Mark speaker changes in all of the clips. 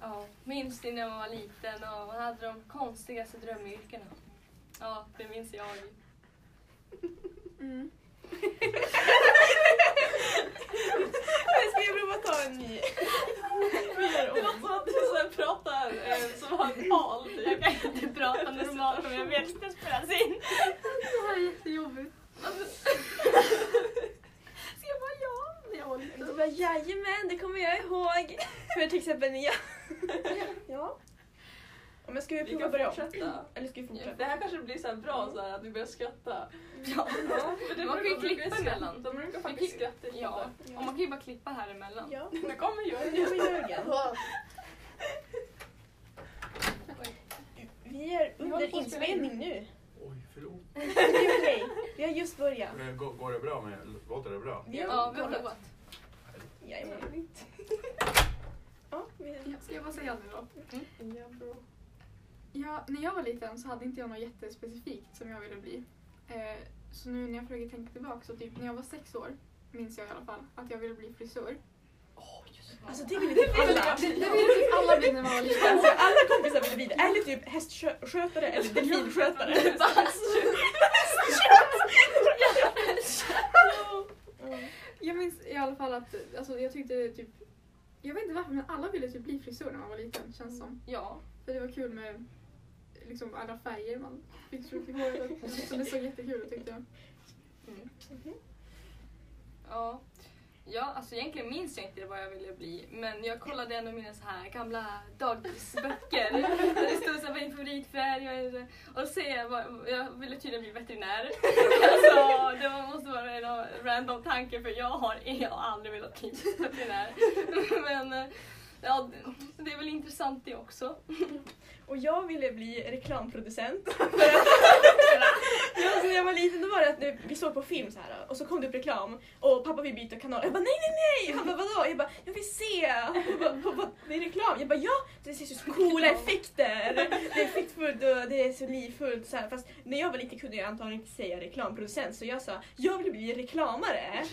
Speaker 1: Ja, minns ni när man var liten och man hade de konstigaste drömyrkena? Ja, det minns jag.
Speaker 2: Mm.
Speaker 3: Men ska jag prova ta en ny?
Speaker 1: Det låter som att du så här pratar eh, som har tal typ. Jag kan inte prata normalt om jag vet att det spelas in.
Speaker 2: Det här är jättejobbigt.
Speaker 3: Ska jag bara ja? när Jag var
Speaker 2: Du
Speaker 3: liten.
Speaker 2: bara jajamän, det kommer jag ihåg. För till exempel när jag... Ja. Ja, Men ska vi
Speaker 3: Vi
Speaker 2: prova
Speaker 3: kan
Speaker 2: börja om?
Speaker 3: fortsätta.
Speaker 2: Eller ska vi fortsätta?
Speaker 3: Det här kanske blir så här bra så här att vi börjar skratta.
Speaker 1: Ja.
Speaker 3: För det
Speaker 1: Man kan
Speaker 3: brukar-
Speaker 1: ju klippa
Speaker 3: brukar skratta-
Speaker 1: emellan.
Speaker 3: De brukar
Speaker 1: Vi
Speaker 3: faktiskt
Speaker 1: kan-
Speaker 3: skratta i
Speaker 1: Ja, och man kan ju bara klippa här emellan.
Speaker 2: Ja.
Speaker 3: podden. Nu kommer
Speaker 2: Nu var
Speaker 3: Jörgen.
Speaker 2: Jörgen.
Speaker 1: Oj.
Speaker 2: Vi är
Speaker 3: håller
Speaker 2: under
Speaker 3: på att spela in.
Speaker 2: inspelning nu.
Speaker 4: Oj, förlåt.
Speaker 2: Det är okej. Vi har just börjat.
Speaker 4: Men Går, går det bra med... Låter det bra?
Speaker 2: Vi har
Speaker 1: Ja, vi har
Speaker 2: kollat.
Speaker 1: provat.
Speaker 2: Jajamän. Ja, vi...
Speaker 5: Ska jag bara säga nu då?
Speaker 3: Ja, bra.
Speaker 5: Mm. Ja, när jag var liten så hade inte jag något jättespecifikt som jag ville bli. Eh, så nu när jag försöker tänka tillbaka så typ när jag var sex år minns jag i alla fall att jag ville bli frisör.
Speaker 2: Alltså det vill typ alla.
Speaker 5: Det ville typ alla bli när man var liten.
Speaker 2: Alltså, alla kompisar vill bli det. Eller typ hästskötare eller delfinskötare. Mm.
Speaker 5: Jag minns i alla fall att alltså, jag tyckte typ jag vet inte varför men alla ville typ bli frisör när man var liten känns
Speaker 1: Alltså.
Speaker 5: som.
Speaker 1: Ja,
Speaker 5: För det var kul med liksom alla färger man fick tro i håret. Så det såg jättekul ut tyckte jag.
Speaker 1: Mm. ja. Ja, alltså egentligen minns jag inte vad jag ville bli men jag kollade ändå mina så här gamla dagisböcker där det stod så här vad är din favoritfärg och- och då säger jag vad, jag ville tydligen bli veterinär. Alltså det var- måste vara en av- random tanke för jag har, jag har aldrig velat bli veterinär. Men eh, ja, det- det är väl intressant det också.
Speaker 2: Och jag ville bli reklamproducent. För att- Ja, alltså, när jag var liten då var det att när vi såg på film så här och så kom det upp reklam och pappa vill byta kanal. Jag bara nej, nej, nej! Han bara vadå? Jag bara jag vill se! Han bara, "Vad- vad- Det är reklam. Jag bara ja, det ser så coola effekter. Det är effektfullt och det är så livfullt. Så här. Fast när jag var liten kunde jag antagligen inte säga reklamproducent så jag sa jag vill bli reklamare.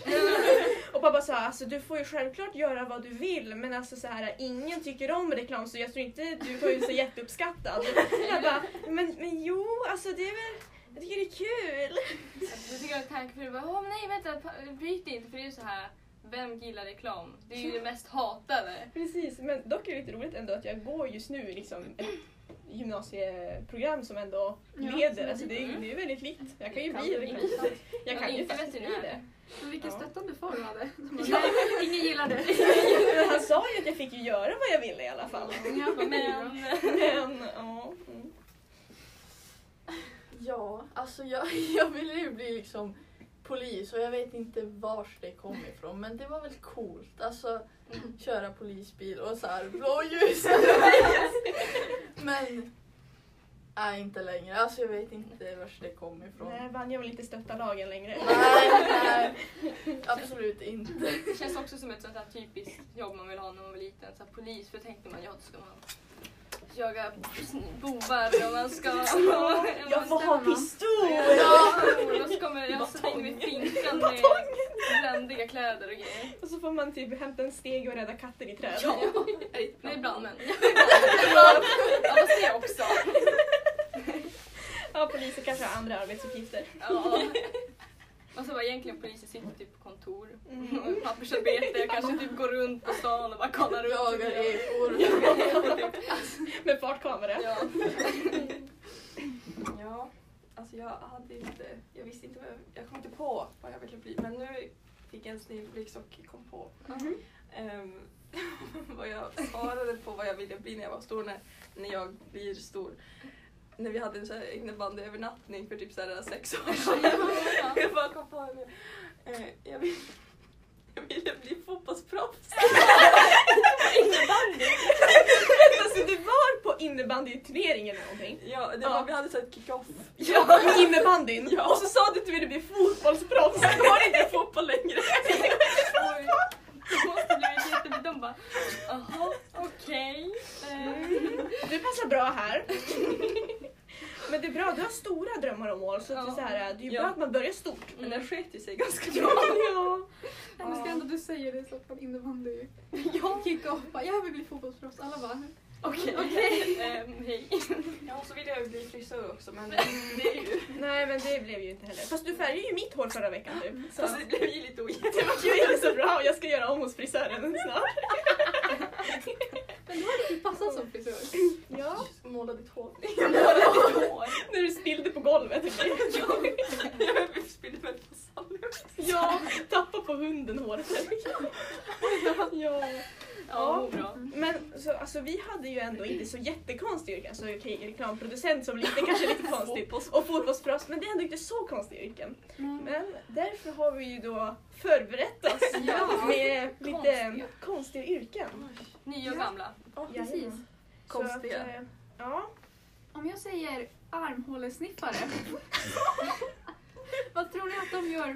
Speaker 2: Och pappa sa alltså du får ju självklart göra vad du vill men alltså så här ingen tycker om reklam så jag tror inte du får ju så jätteuppskattad. Jag bara men, men jo alltså det är väl jag tycker det är kul.
Speaker 1: Alltså, jag tycker jag är tanken för det bara, åh nej vänta pa- bryt inte för det är ju så här vem gillar reklam? Det är ju det mest hatade.
Speaker 2: Precis, men dock är det lite roligt ändå att jag går just nu liksom ett gymnasieprogram som ändå
Speaker 5: Ja,
Speaker 2: leder.
Speaker 5: som
Speaker 2: Alltså det är ju
Speaker 1: mm.
Speaker 2: det är ju väldigt likt. Jag kan ju
Speaker 1: Det kan
Speaker 2: bli
Speaker 1: bli
Speaker 2: reklam.
Speaker 1: intressant.
Speaker 2: Jag
Speaker 1: Men
Speaker 2: kan ju
Speaker 1: inte
Speaker 2: faktiskt bli
Speaker 1: veterinär.
Speaker 2: det.
Speaker 5: Men vilken
Speaker 2: Ja.
Speaker 5: stöttande far du hade. Som bara,
Speaker 2: Ja.
Speaker 5: Nej, ingen gillar det.
Speaker 2: Men han sa ju att jag fick ju göra vad jag ville i alla fall.
Speaker 5: Ja, men,
Speaker 1: Men eh,
Speaker 2: Men ja. mm.
Speaker 3: Ja, alltså jag, jag ville ju bli liksom polis och jag vet inte vars det kom ifrån men det var väl coolt. Alltså köra polisbil och så här blå ljus. men nej, inte längre. Alltså jag vet inte vars det kom ifrån.
Speaker 2: Nej, Vanja vill inte stötta lagen längre.
Speaker 3: Nej, nej. Absolut inte.
Speaker 1: det känns också som ett sånt här typiskt jobb man vill ha när man var liten. Så här, polis, för då tänkte man ja då ska man jaga bovar och man ska...
Speaker 2: Jag får ha pistol!
Speaker 1: Ja, och så kommer jag sätta in mig i finkan med bländiga kläder och grejer.
Speaker 2: Och så får man typ hämta en steg och rädda katter i träd.
Speaker 1: Nej, brandmän. Ja, fast det också.
Speaker 2: Ja, poliser kanske har andra arbetsuppgifter.
Speaker 1: Ja. Och så var egentligen polisen sitter typ på kontor.
Speaker 2: Mm.
Speaker 1: Pappersarbete, kanske typ går runt på stan och bara kollar runt.
Speaker 3: Jagar ekor.
Speaker 2: Med fartkamera.
Speaker 1: Ja.
Speaker 3: Ja, alltså jag hade inte, jag visste inte vad jag, jag kom inte på vad jag ville bli men nu fick jag en snilleblixt och kom på
Speaker 2: Mhm.
Speaker 3: ehm, vad jag svarade på vad jag ville bli när jag var stor, när, när jag blir stor. När vi hade en så här innebandyövernattning för typ så här sex år sedan. jag bara kom på nu. Eh, jag, vill, jag ville bli fotbollsproffs.
Speaker 2: Alltså det var på innebandyturnering eller någonting.
Speaker 3: Ja, det
Speaker 2: Ja.
Speaker 3: var, vi hade så här kick-off.
Speaker 2: Ja, innebandyn.
Speaker 3: Ja.
Speaker 2: Och så sa du att du ville bli fotbollsproffs.
Speaker 3: Det var inte fotboll längre.
Speaker 1: Oj. Det måste bli jättebra. De bara, jaha, okej. Eh,
Speaker 2: Du passar bra här. Men det är bra, du har stora drömmar och mål så, att det, är så här, det är ju
Speaker 3: Ja.
Speaker 2: bra att man börjar stort. Mm.
Speaker 3: Men den sket ju sig ganska
Speaker 2: Ja,
Speaker 3: bra.
Speaker 2: ja.
Speaker 5: Nej, men ska ändå du säger det så att man innebandy jag kickade off bara, jag vill bli fotbollsproffs. Alla bara,
Speaker 1: Okej, okej. Ehm, hej. Mm.
Speaker 3: Ja, och så ville jag ju bli frisör också men det är ju...
Speaker 2: Nej men det blev ju inte heller. Fast du färgade ju mitt hår förra veckan typ. Så.
Speaker 3: Mm.
Speaker 1: Alltså,
Speaker 3: Fast det blev ju lite ojämnt.
Speaker 2: Det var ju inte så bra och jag ska göra om hos frisören snart.
Speaker 5: men då hade du passat som frisör.
Speaker 2: Ja.
Speaker 3: Måla ditt hår.
Speaker 2: När du spillde på golvet.
Speaker 3: Jag spillde väldigt på sallad.
Speaker 2: Ja, tappa på hunden håret. Ja.
Speaker 1: Ja, må bra.
Speaker 2: Men så, alltså, vi hade ju ändå inte så jättekonstig yrken. Alltså, okej, reklamproducent som lite kanske lite konstigt. Och fotbollsproffs, men det är ändå inte så konstiga yrken. Men därför har vi ju då förberett
Speaker 5: alltså,
Speaker 2: oss
Speaker 1: Ja.
Speaker 2: med lite
Speaker 1: Konstiga.
Speaker 2: konstiga, yrken.
Speaker 1: Nya och
Speaker 5: Ja.
Speaker 1: gamla.
Speaker 2: Ja,
Speaker 5: Precis.
Speaker 3: Konstiga.
Speaker 2: Så att, eh, ja.
Speaker 5: Om jag säger armhålesniffare, vad tror ni att de gör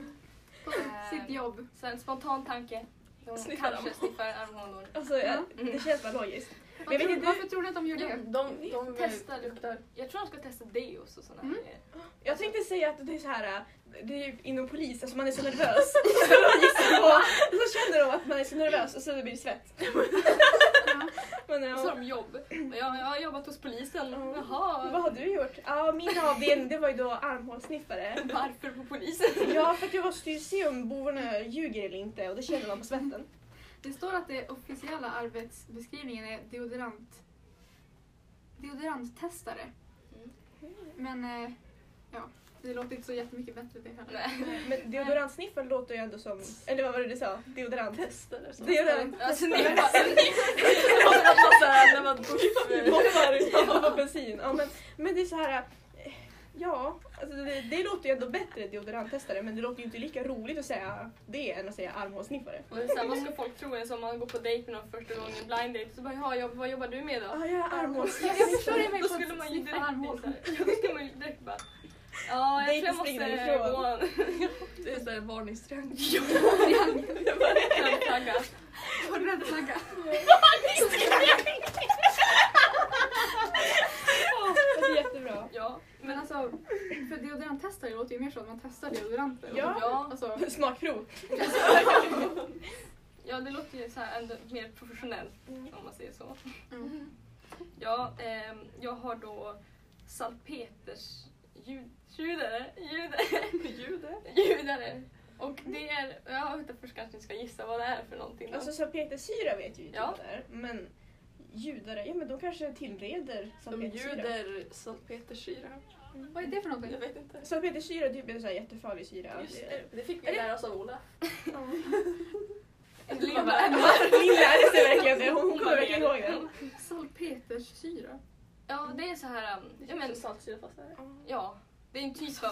Speaker 5: på
Speaker 1: Eh,
Speaker 5: sitt jobb?
Speaker 1: Så en spontan tanke. De
Speaker 3: Sniffar
Speaker 1: kanske
Speaker 3: armhålor.
Speaker 1: sniffar armhålor.
Speaker 2: Alltså, jag-
Speaker 1: Mm.
Speaker 2: det känns bara logiskt.
Speaker 5: Vad
Speaker 2: jag vet
Speaker 5: tror,
Speaker 2: inte-
Speaker 5: Varför tror ni att de gör det?
Speaker 3: De, de, de
Speaker 1: Testa
Speaker 3: luktar.
Speaker 1: Jag tror de ska testa deos och sådana
Speaker 5: Mm.
Speaker 1: grejer.
Speaker 2: Jag tänkte säga att det är så här, äh, det är ju inom polis, alltså man är så nervös. Så de gissar på, så känner de att man är så nervös och så blir det svett. Men,
Speaker 1: Och så
Speaker 2: ja.
Speaker 1: har de jobb. Men Jag, jag har jobbat hos polisen.
Speaker 2: Ja. Vad
Speaker 1: Jaha,
Speaker 2: har du gjort? Ja, min avdelning det var ju då armhålsniffare.
Speaker 1: varför på polisen?
Speaker 2: Ja, för att jag måste ju se om bovarna ljuger eller inte och det känner man på svetten.
Speaker 5: Det står att det officiella arbetsbeskrivningen är deodorant deodoranttestare.
Speaker 1: Mm.
Speaker 5: Men eh, ja, det låter inte så jättemycket bättre det heller.
Speaker 1: Nej.
Speaker 2: Men deodorantsniffaren låter ju ändå som, eller vad var det du sa? Deodorant.
Speaker 3: Testa det så.
Speaker 2: Deodorant.
Speaker 1: Alltså, sniffa.
Speaker 3: Såhär när man
Speaker 2: Moppar på bensin. Ja, men, men det är så här. eh, Ja, alltså det, det låter ju ändå bättre deodoranttestare men det låter ju inte lika roligt att säga det än att säga armhålsniffare.
Speaker 1: Och det är så här, vad ska folk tro ens om man går på dejt med någon första gången, blind date, så bara ja, jag, vad jobbar du med då?
Speaker 2: Ja, jag är
Speaker 5: Jag försörjer mig
Speaker 1: Då
Speaker 5: på
Speaker 1: skulle
Speaker 5: att
Speaker 1: man ju
Speaker 5: sniffa
Speaker 1: direkt bli
Speaker 5: armhålor.
Speaker 1: såhär, då skulle man ju direkt bara Ja, jag tror jag
Speaker 2: Dejten
Speaker 1: måste
Speaker 2: springer ifrån.
Speaker 1: gå.
Speaker 3: Det är såhär en varningstriangel.
Speaker 1: Röd flagga.
Speaker 5: Och röd flagga.
Speaker 2: Det är jättebra.
Speaker 1: Ja.
Speaker 5: Men alltså, för deodoranttestare låter ju mer så att man testar deodoranter.
Speaker 2: Ja.
Speaker 1: Ja.
Speaker 5: Alltså,
Speaker 2: Smakprov.
Speaker 1: ja, det låter ju så här ändå mer professionellt om man säger så.
Speaker 5: mm.
Speaker 1: Ja, ehm, jag har då salpeters ljud, ljudare, ljudare,
Speaker 3: Ljudet.
Speaker 1: ljudare. Och det är, jag vet inte först kanske ni ska gissa vad det är för någonting. då.
Speaker 2: Alltså salpetersyra vet ju inte
Speaker 1: Ja.
Speaker 2: vad det är. Men judare, ja men de kanske tillreder
Speaker 3: De
Speaker 2: salpetersyra.
Speaker 3: ljuder salpetersyra.
Speaker 5: Vad är det för
Speaker 3: Jag
Speaker 5: någonting?
Speaker 3: vet inte.
Speaker 2: Salpetersyra är typ en sån här jättefarlig syra.
Speaker 3: Just det, det fick
Speaker 2: Är
Speaker 3: vi
Speaker 2: det-
Speaker 3: lära oss av Ola.
Speaker 1: Lindberg.
Speaker 2: Min lärare sig verkligen det, hon kommer verkligen ihåg det.
Speaker 5: Salpeterssyra.
Speaker 1: Ja, det är så här, um, ja, men,
Speaker 3: saltsyra fast här.
Speaker 1: ja, det är en typ av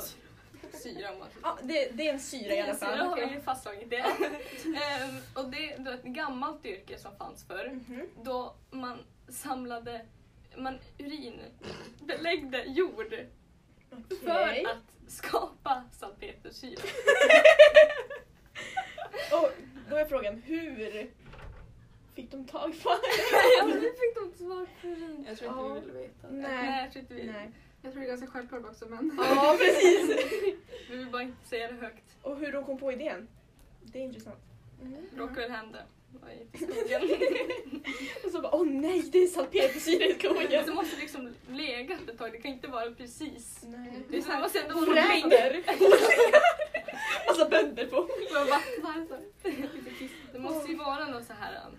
Speaker 1: syra. om man-
Speaker 2: Ja, det, det är en syra i alla
Speaker 1: Syra
Speaker 2: fall.
Speaker 1: har vi ju fastslagit det. Ehm, och det är då ett gammalt yrke som fanns förr.
Speaker 2: Mhm.
Speaker 1: då man samlade man urinbeläggde jord för
Speaker 2: Okej.
Speaker 1: att skapa salpetersyra.
Speaker 2: Och då är frågan, hur fick de tag på
Speaker 1: Ja, men det fick de inte svar på.
Speaker 3: Jag tror inte
Speaker 2: Ja.
Speaker 3: vi vill veta. det.
Speaker 2: Nej.
Speaker 1: Nej, jag tror inte vi,
Speaker 2: Nej.
Speaker 5: Jag tror det är ganska självklart också men...
Speaker 2: Ja, precis.
Speaker 1: vi vill bara inte säga det högt.
Speaker 2: Och hur de kom på idén. Det är intressant.
Speaker 1: Råkar väl hända. Mm. Det var jätteskogen.
Speaker 2: Och så bara, åh nej, det är salpetersyra i
Speaker 1: Det
Speaker 2: skogen.
Speaker 1: måste liksom legat ett tag, det kan inte vara precis.
Speaker 2: Nej.
Speaker 1: Det är så här, måste ändå vara mängd.
Speaker 2: Fränder. Massa bönder på.
Speaker 5: Varför?
Speaker 1: Det måste ju vara något så här. um,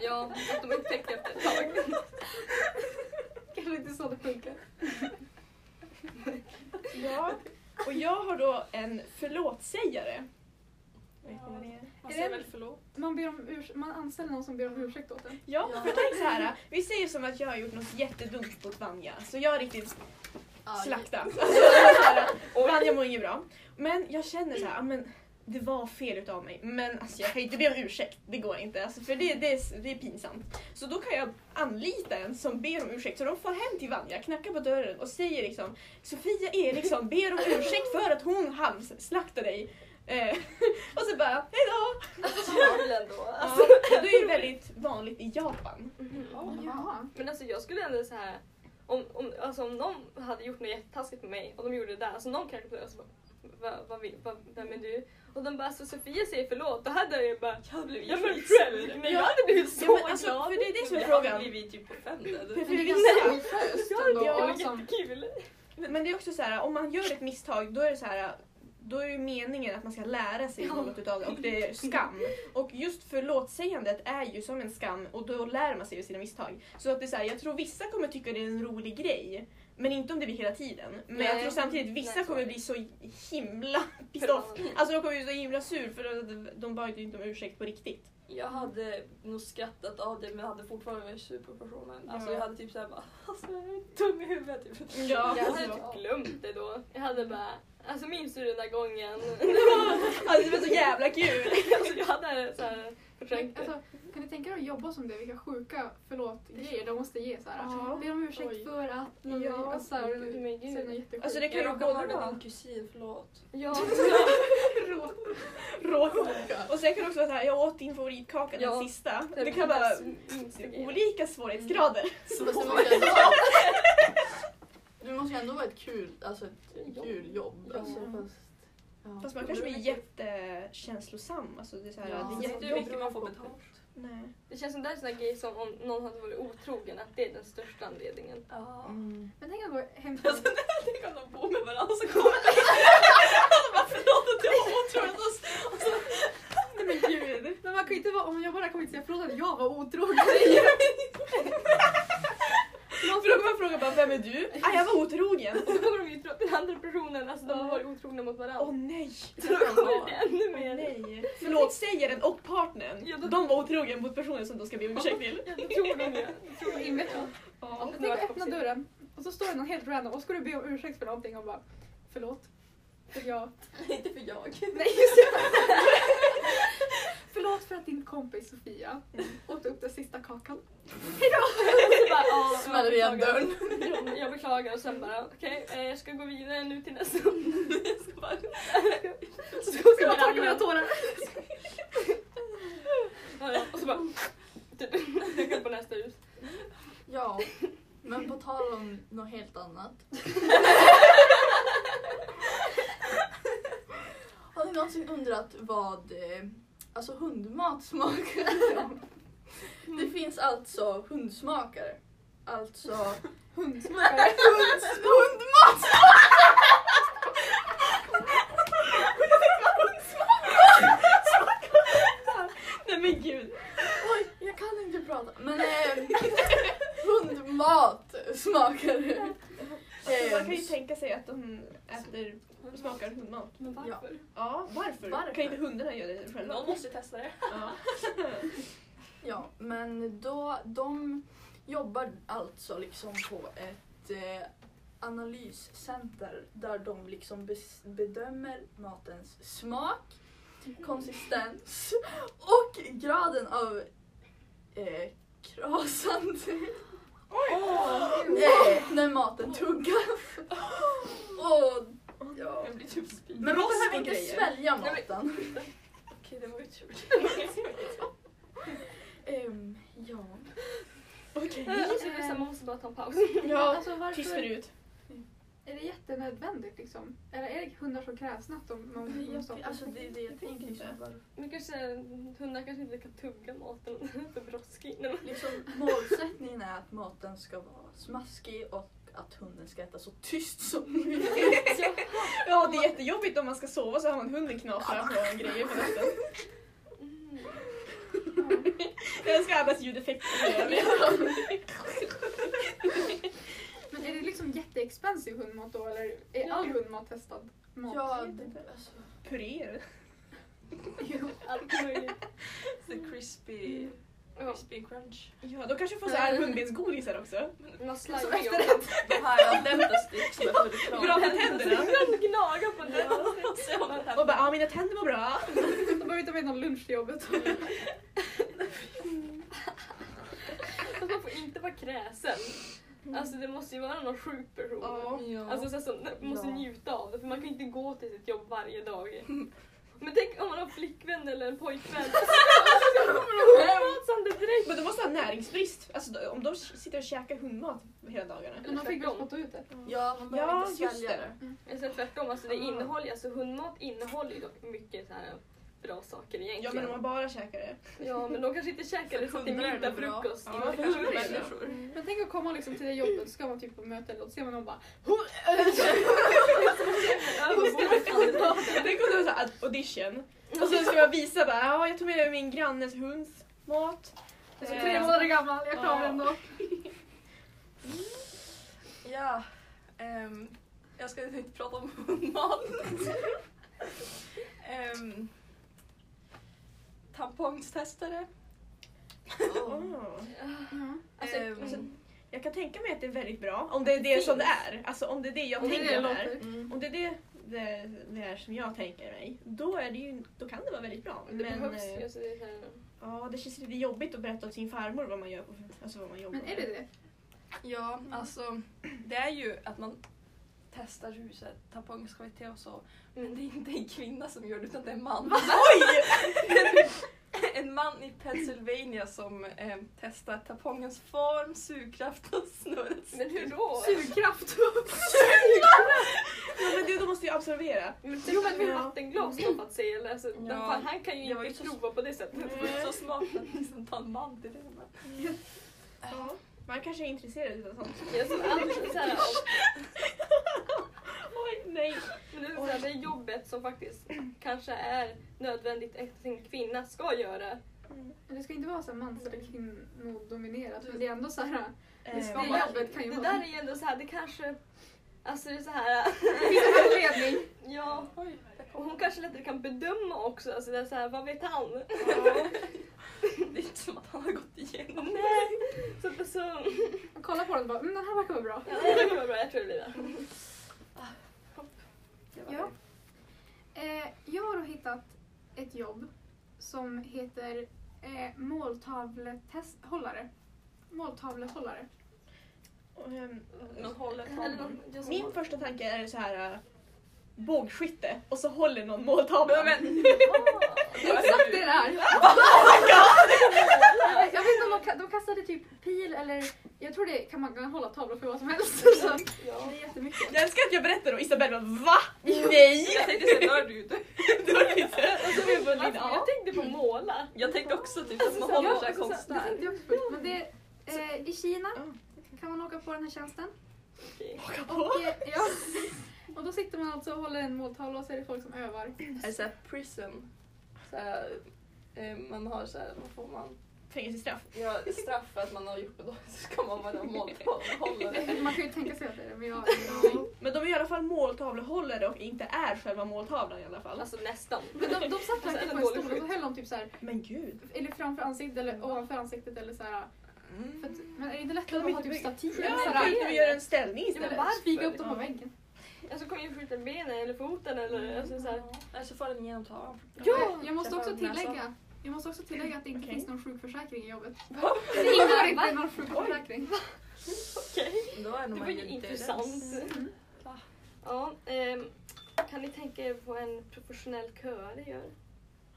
Speaker 1: Ja, att de upptäckte efter ett tag.
Speaker 5: Kanske inte så det funkar.
Speaker 2: Ja. Och jag har då en förlåtsägare. Vet ni vad det är?
Speaker 3: Man
Speaker 5: Är
Speaker 3: säger
Speaker 5: det-
Speaker 3: väl förlåt.
Speaker 5: Man, ber om urs- man anställer någon som ber om ursäkt åt en.
Speaker 2: Ja,
Speaker 3: Ja.
Speaker 2: för tänk så här. Vi säger som att jag har gjort något jättedumt mot Vanja, så jag har riktigt slaktat. Alltså, så här, Vanja mår inget bra. Men jag känner så här, ja, men det var fel utav mig, men alltså, jag kan ju inte be om ursäkt. Det går inte, alltså, för det, det, är, det är pinsamt. Så då kan jag anlita en som ber om ursäkt, så de får hem till Vanja, knackar på dörren och säger liksom Sofia Eriksson ber om ursäkt för att hon halvslaktade dig. Eh, och så bara, hejdå!
Speaker 1: Kul ändå.
Speaker 2: Ja,
Speaker 1: Alltså.
Speaker 2: det är ju väldigt vanligt i Japan.
Speaker 1: Mhm.
Speaker 5: Jaha.
Speaker 1: Men alltså jag skulle ändå så här om, om, alltså, om någon hade gjort något jättetaskigt med mig och de gjorde det där, alltså någon kanske alltså, vad, vad, vill- vad, vem är du? Och de bara, alltså Sofia säger förlåt, då hade jag ju bara,
Speaker 3: Jag blev
Speaker 1: ja men själv, nej, jag hade blivit så
Speaker 2: Ja, men alltså,
Speaker 1: glad.
Speaker 2: för det är det som är
Speaker 3: Jag hade
Speaker 2: frågan.
Speaker 3: blivit typ offended.
Speaker 2: Hur-
Speaker 5: Men det är ganska
Speaker 1: Nej.
Speaker 5: ambitiöst
Speaker 1: Ja, det
Speaker 5: ändå.
Speaker 1: var
Speaker 5: och
Speaker 2: Ja.
Speaker 5: liksom,
Speaker 1: jättekul.
Speaker 2: Men det är också så här, om man gör ett misstag då är det så här då är det ju meningen att man ska lära sig
Speaker 1: Ja.
Speaker 2: något utav det och det är skam. Och just förlåtsägandet är ju som en skam och då lär man sig av sina misstag. Så att det är så här, jag tror vissa kommer tycka det är en rolig grej. Men inte om det blir hela tiden. Men jag
Speaker 1: Nej.
Speaker 2: tror samtidigt vissa
Speaker 1: Nej, så
Speaker 2: kommer
Speaker 1: är det.
Speaker 2: bli så himla pissed off. Alltså de kommer bli så himla sur för att de bad ju inte om ursäkt på riktigt.
Speaker 3: Jag hade nog skrattat av det men hade fortfarande varit sur på personen. Alltså
Speaker 2: Ja.
Speaker 3: jag hade typ såhär bara alltså jag är dum i huvudet typ.
Speaker 2: Ja,
Speaker 1: Jag hade
Speaker 2: alltså.
Speaker 1: typ glömt det då. Jag hade bara, alltså minns du den där gången?
Speaker 2: Alltså det var så jävla kul!
Speaker 1: alltså jag hade så här, försökt.
Speaker 5: alltså, kan ni tänka er att jobba som det? Vilka sjuka förlåt-grejer de måste ge. Så här.
Speaker 2: Ja.
Speaker 5: Ber om ursäkt
Speaker 1: Oj.
Speaker 5: för att...
Speaker 2: Ja.
Speaker 5: Och så här,
Speaker 1: Men
Speaker 5: så är Alltså, det
Speaker 1: gud.
Speaker 5: jättesjukt.
Speaker 2: Alltså det kan
Speaker 3: Jag
Speaker 2: ju
Speaker 3: råkade
Speaker 2: både
Speaker 3: mörda
Speaker 2: vara...
Speaker 3: din kusin, förlåt.
Speaker 1: Ja,
Speaker 2: Råkaka. Och sen kan det också vara såhär, jag åt din favoritkaka
Speaker 1: Ja.
Speaker 2: den sista.
Speaker 1: det
Speaker 2: Det kan vara olika svårighetsgrader.
Speaker 6: Fast det måste ju ändå, det måste ju ändå vara ett kul, alltså ett
Speaker 1: Jobb.
Speaker 6: kul jobb.
Speaker 1: Ja.
Speaker 6: Alltså, fast, ja.
Speaker 2: Fast man kanske blir jättekänslosam. Alltså det är såhär,
Speaker 6: Ja.
Speaker 2: det är
Speaker 3: Vet
Speaker 2: jätte...
Speaker 3: du hur mycket man får betalt?
Speaker 2: Nej.
Speaker 1: Det känns som det är en sån där grej som om någon hade varit otrogen, att det är den största anledningen.
Speaker 3: Ja.
Speaker 6: Mm.
Speaker 5: Men tänk att gå hem
Speaker 3: Alltså tänk om de bor med varandra så kommer de... Alltså bara förlåt att jag var otrogen. Och så- och så-
Speaker 2: Nej men gud.
Speaker 5: Men man kan ju inte vara, om jag bara kommer inte säga förlåt att jag var otrogen. Nej,
Speaker 2: Frågar man frågar bara, vem är du? Ah, jag var otrogen.
Speaker 1: Och så kommer de ju tro att den andra personen, alltså de har
Speaker 2: Ja.
Speaker 1: varit otrogna mot varandra.
Speaker 2: Åh nej!
Speaker 1: så då kommer det ännu
Speaker 2: Åh
Speaker 1: mer.
Speaker 2: nej. Förlåt, sägaren och partnern.
Speaker 1: Ja, då-
Speaker 2: De var otrogen mot personen som de ska be om ursäkt till.
Speaker 1: Ja, det tror de ju.
Speaker 5: det är inget.
Speaker 2: Ja.
Speaker 5: Tänk att öppna dörren och så står det någon helt random och ska du be om ursäkt för någonting och bara förlåt. För jag...
Speaker 3: Inte för jag.
Speaker 5: Nej just det. Förlåt för att din kompis Sofia åt upp den sista kakan.
Speaker 1: Så bara, ja, jag
Speaker 6: Smäller igen
Speaker 1: beklagar.
Speaker 6: dörren.
Speaker 1: Ja, Jag beklagar och sen bara okej, eh, jag ska gå vidare nu till nästa. Jag ska bara- Så ska
Speaker 5: Ska jag
Speaker 1: jag
Speaker 5: torka mina
Speaker 1: bara
Speaker 5: tårar?
Speaker 1: Och så bara... typ, Jag går på nästa hus.
Speaker 6: Ja, men på tal om något helt annat. Har ni någonsin undrat vad eh, alltså hundmat smakar? Det finns alltså hundsmakare. Alltså hundsmakare? Hund, hundmat!
Speaker 2: Nej men gud.
Speaker 6: Oj, jag kan inte prata. Men eh, hundmat smakar det.
Speaker 2: Alltså, man kan ju
Speaker 6: Ehm,
Speaker 2: tänka sig att de äter, smakar hundmat.
Speaker 1: Men varför?
Speaker 2: Ja, varför?
Speaker 6: Varför?
Speaker 2: Kan inte hundarna göra det själva?
Speaker 3: Någon måste testa det.
Speaker 2: Ja.
Speaker 6: Ja, men då, de jobbar alltså liksom på ett eh, analyscenter där de liksom bes- bedömer matens smak,
Speaker 1: Mm.
Speaker 6: Mm. konsistens och graden av eh, krasande eh, när maten tuggas. Och, ja.
Speaker 3: Jag blir typ spydig.
Speaker 6: Men man
Speaker 2: Rost
Speaker 6: behöver
Speaker 2: och
Speaker 6: inte
Speaker 2: grejer.
Speaker 6: svälja
Speaker 3: Nej,
Speaker 6: maten.
Speaker 3: Okej det var ju tur.
Speaker 6: Ehm, ja.
Speaker 2: Okej.
Speaker 1: Alltså, det är så här, man måste bara ta en paus.
Speaker 2: Ja,
Speaker 5: alltså
Speaker 2: Tyst
Speaker 5: varför?
Speaker 2: förut.
Speaker 5: Är det jättenödvändigt liksom? Eller är det hundar som krävs att de... Man, man stoppar?
Speaker 6: Alltså det är liksom. det jag tänker.
Speaker 2: inte.
Speaker 6: så bara-
Speaker 1: Men kanske hundar kanske inte kan tugga maten för broskig. Nej, men-
Speaker 6: Liksom, målsättningen är att maten ska vara smaskig och att hunden ska äta så tyst som möjligt.
Speaker 2: Ja, det är jättejobbigt om man ska sova så har man hunden knaprar på grejer på natten.
Speaker 1: Mm.
Speaker 2: Jag önskar Abbas ljudeffekter.
Speaker 5: Men är det liksom jätteexpensive hundmat då eller är
Speaker 1: Ja.
Speaker 5: all hundmat testad? Mat?
Speaker 6: Ja, det, alltså,
Speaker 2: Puréer.
Speaker 1: Allt möjligt.
Speaker 3: The crispy,
Speaker 1: Ja,
Speaker 3: crispy crunch.
Speaker 2: Ja, då kanske får så här hundbensgodisar också.
Speaker 1: Man slajvar ju också.
Speaker 3: De här al dente sticks som är på reklam.
Speaker 2: Bra för tänderna.
Speaker 1: Man gnagar på den.
Speaker 3: Och så har man här-
Speaker 2: Och bara, ja mina tänder mår bra.
Speaker 5: De behöver inte ha med någon lunch till jobbet.
Speaker 1: Fast man får inte vara kräsen. Alltså det måste ju vara någon sjuk person.
Speaker 2: Ja.
Speaker 3: Ja.
Speaker 1: Alltså så här, som måste
Speaker 6: Ja.
Speaker 1: njuta av det för man kan ju inte gå till sitt jobb varje dag. Men tänk om man har en flickvän eller en pojkvän. Alltså, så kommer de hem. Samtidigt direkt.
Speaker 2: Men du måste ha också näringsbrist. Alltså, om de sitter och käkar hundmat hela dagarna.
Speaker 5: Men de fick väl spotta ut det?
Speaker 6: Ja, man behöver
Speaker 2: Ja,
Speaker 6: inte
Speaker 2: just
Speaker 6: svälja
Speaker 2: det.
Speaker 6: det.
Speaker 1: Men sen tvärtom, alltså det
Speaker 2: Ah.
Speaker 1: innehåller, alltså hundmat innehåller ju dock mycket så här bra saker egentligen.
Speaker 2: Ja men om man bara käkar det.
Speaker 1: Ja, men de kanske inte käkar det så att det
Speaker 6: Hundar är
Speaker 1: middag,
Speaker 6: väl bra.
Speaker 1: frukost.
Speaker 2: Ja,
Speaker 1: lunch.
Speaker 2: det kanske de är.
Speaker 6: Människor.
Speaker 5: Men tänk att komma liksom till det jobbet, ska man typ på möte eller något, ser man någon bara
Speaker 2: Tänk om det var såhär audition. Och sen ska man visa bara, ja jag tog med mig min grannes hunds mat.
Speaker 5: Jag
Speaker 6: Eh,
Speaker 5: är tre månader gammal, jag klarar mig ändå.
Speaker 6: Ja.
Speaker 3: Ehm, jag ska inte prata om hundmat.
Speaker 6: Ehm,
Speaker 2: Ehm,
Speaker 3: um, tampongstestare.
Speaker 5: Oh.
Speaker 2: Ah.
Speaker 5: Ja.
Speaker 1: Alltså,
Speaker 3: Ehm,
Speaker 2: alltså, Jag kan tänka mig att det är väldigt bra om det är det som det är. Alltså om det är det jag
Speaker 5: Om det är
Speaker 2: tänker
Speaker 5: det
Speaker 2: det är.
Speaker 5: låter.
Speaker 6: Mm.
Speaker 2: Om det är det, det, det är som jag tänker mig, då, är det ju, då kan det vara väldigt bra.
Speaker 1: det behövs
Speaker 2: eh,
Speaker 1: ju. Alltså, det är så här,
Speaker 2: ja, det känns lite jobbigt att berätta åt sin farmor vad man, gör, alltså vad man jobbar
Speaker 5: Men är det
Speaker 2: med.
Speaker 5: det?
Speaker 3: Ja, alltså det är ju att man testar hur så här tampongens kvalitet och så. Men det är inte en kvinna som gör det utan det är en man. en, en man i Pennsylvania som eh, testar tampongens form, sugkraft och snurrets
Speaker 1: men hur då?
Speaker 5: Sugkraft!
Speaker 2: Ja, men det, då måste jag observera.
Speaker 1: Men typ jo men med
Speaker 2: Ja.
Speaker 1: vattenglas då för att säga eller alltså,
Speaker 3: Ja.
Speaker 1: ja. fan, han kan ju
Speaker 3: Jag var ju
Speaker 1: inte
Speaker 3: så- Mm.
Speaker 1: prova på det sättet.
Speaker 3: Det var ju så smart att liksom ta en man till det. Men,
Speaker 2: Ja. Man kanske är intresserad av sånt.
Speaker 1: Jag som alltid så här, och-
Speaker 2: Oj, nej.
Speaker 1: men det, är så här, det är jobbet som faktiskt kanske är nödvändigt att en kvinna ska göra.
Speaker 2: Mm.
Speaker 5: Det ska inte vara så här mans eller kvinnodominerat men det är ändå så här. Det ska
Speaker 2: Eh,
Speaker 5: vara- jobbet kan ju
Speaker 1: det
Speaker 5: vara-
Speaker 1: där är ju ändå så här, det kanske, alltså det är så här,
Speaker 5: Det finns en anledning.
Speaker 1: ja.
Speaker 3: oj, där
Speaker 1: Och
Speaker 3: kom
Speaker 1: hon kanske lättare kan bedöma också, alltså det är så här, vad vet han?
Speaker 3: det. Det är inte som att han har gått igenom det.
Speaker 1: Nej! Så, så,
Speaker 5: Man kollar på den och bara mm, den här verkar vara bra.
Speaker 1: ja, det kommer vara bra, jag tror det blir det.
Speaker 5: Ja. Eh, jag har då hittat ett jobb som heter eh, måltavletesthållare. Måltavlehållare.
Speaker 2: och, ehm,
Speaker 3: Någon håller
Speaker 1: Eller
Speaker 3: tanden.
Speaker 1: någon, jag som-
Speaker 2: Min första tanke är så här eh, bågskytte och så håller någon måltavlan.
Speaker 3: Men-
Speaker 5: Det är exakt det det är! Oh jag vet inte om de, ka- de kastade typ pil eller jag tror det kan man kan hålla tavlor för vad som helst. Så
Speaker 1: Ja.
Speaker 5: det är jättemycket.
Speaker 2: Jag älskar att jag berättar och Isabella bara VA? Nej!
Speaker 3: Jag tänkte såhär, nu är du ute.
Speaker 2: Då är det inte- och så blir jag bara lite,
Speaker 1: Jag
Speaker 2: ja.
Speaker 1: tänkte på måla.
Speaker 3: Jag tänkte också typ att man
Speaker 5: Ja,
Speaker 3: håller såhär
Speaker 5: alltså, så- det
Speaker 3: konstnär.
Speaker 5: tänkte jag också först. Men det, eh, I Kina
Speaker 2: Ja.
Speaker 5: kan man åka på den här tjänsten.
Speaker 2: Åka på.
Speaker 5: Och, eh, ja. och då sitter man alltså och håller en måltavla och så är det folk som övar.
Speaker 3: Är det såhär prison? Såhär, eh, man har såhär, vad får man?
Speaker 2: Fängelsestraff.
Speaker 3: Ja, straff för att man har gjort det då så ska man vara måltavlehållare.
Speaker 5: Man kan ju tänka sig att det är det men jag har ingen aning.
Speaker 2: Men de är i alla fall måltavlehållare och inte är själva måltavlan i alla fall.
Speaker 1: Alltså nästan.
Speaker 5: Men de, de satt verkligen på Alltså, en stol och så höll de typ så här,
Speaker 2: Men gud.
Speaker 5: eller framför ansiktet eller ovanför ansiktet eller så här. För att, men är det inte lättare
Speaker 2: Kan
Speaker 5: att
Speaker 2: de
Speaker 5: ha typ
Speaker 2: inte-
Speaker 5: stativ?
Speaker 2: Ja,
Speaker 5: eller så
Speaker 2: men
Speaker 5: här,
Speaker 2: kan inte vi göra en ställning
Speaker 1: Ja, men
Speaker 2: istället?
Speaker 1: varför?
Speaker 5: Spiga upp dem på väggen.
Speaker 1: Alltså kommer ju skjuta benen eller foten
Speaker 3: Mm.
Speaker 1: eller alltså, så här.
Speaker 3: Eller så får den genom tavlan.
Speaker 5: Ja, jag måste
Speaker 3: Träffa
Speaker 5: också
Speaker 3: näsan.
Speaker 5: tillägga jag måste också tillägga att det inte
Speaker 2: Okej.
Speaker 5: finns någon sjukförsäkring i jobbet. Det ingår inte någon sjukförsäkring.
Speaker 3: Då är
Speaker 1: Det
Speaker 3: nog
Speaker 1: var ju intressant.
Speaker 5: Mm.
Speaker 1: Ja, ehm, kan ni tänka er vad en professionell köare gör?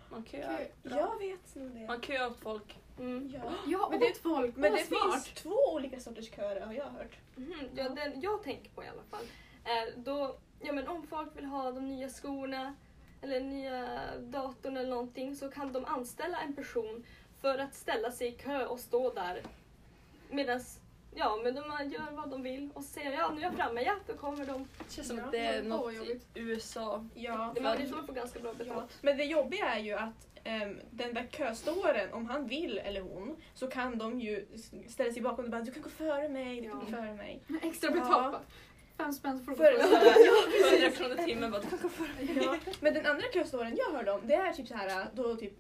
Speaker 3: Man köar.
Speaker 5: Okej.
Speaker 2: Jag vet nog det.
Speaker 3: Man köar åt folk.
Speaker 1: Mm.
Speaker 2: Ja.
Speaker 5: Ja,
Speaker 2: Men
Speaker 5: men
Speaker 2: det-
Speaker 5: det är folk.
Speaker 2: Men
Speaker 5: Men
Speaker 2: det
Speaker 5: smart.
Speaker 2: finns två olika sorters körer har jag hört.
Speaker 1: Mhm, Ja, den jag tänker på i alla fall är då, ja men om folk vill ha de nya skorna eller nya datorn eller någonting så kan de anställa en person för att ställa sig i kö och stå där. Medan, ja men de gör vad de vill och säger ja nu är jag framme, ja då kommer de.
Speaker 3: Det känns som
Speaker 2: Ja.
Speaker 3: att det är
Speaker 5: Åh,
Speaker 3: något
Speaker 5: vad
Speaker 3: i
Speaker 5: jobbigt.
Speaker 3: USA.
Speaker 2: Ja.
Speaker 1: Men det får ganska bra
Speaker 2: Ja.
Speaker 1: betalt.
Speaker 2: Men det jobbiga är ju att ehm, den där köståren, om han vill eller hon, så kan de ju ställa sig bakom och bara du kan gå före mig, du kan gå
Speaker 1: Ja.
Speaker 2: före mig.
Speaker 5: Men Extra
Speaker 2: Ja.
Speaker 5: betalt bara. Fem spänn för
Speaker 2: För,
Speaker 5: frukost.
Speaker 3: 100 kronor i timmen bara, du kan gå före.
Speaker 2: ja. Men den andra köstoryn jag hörde om det är typ så här då typ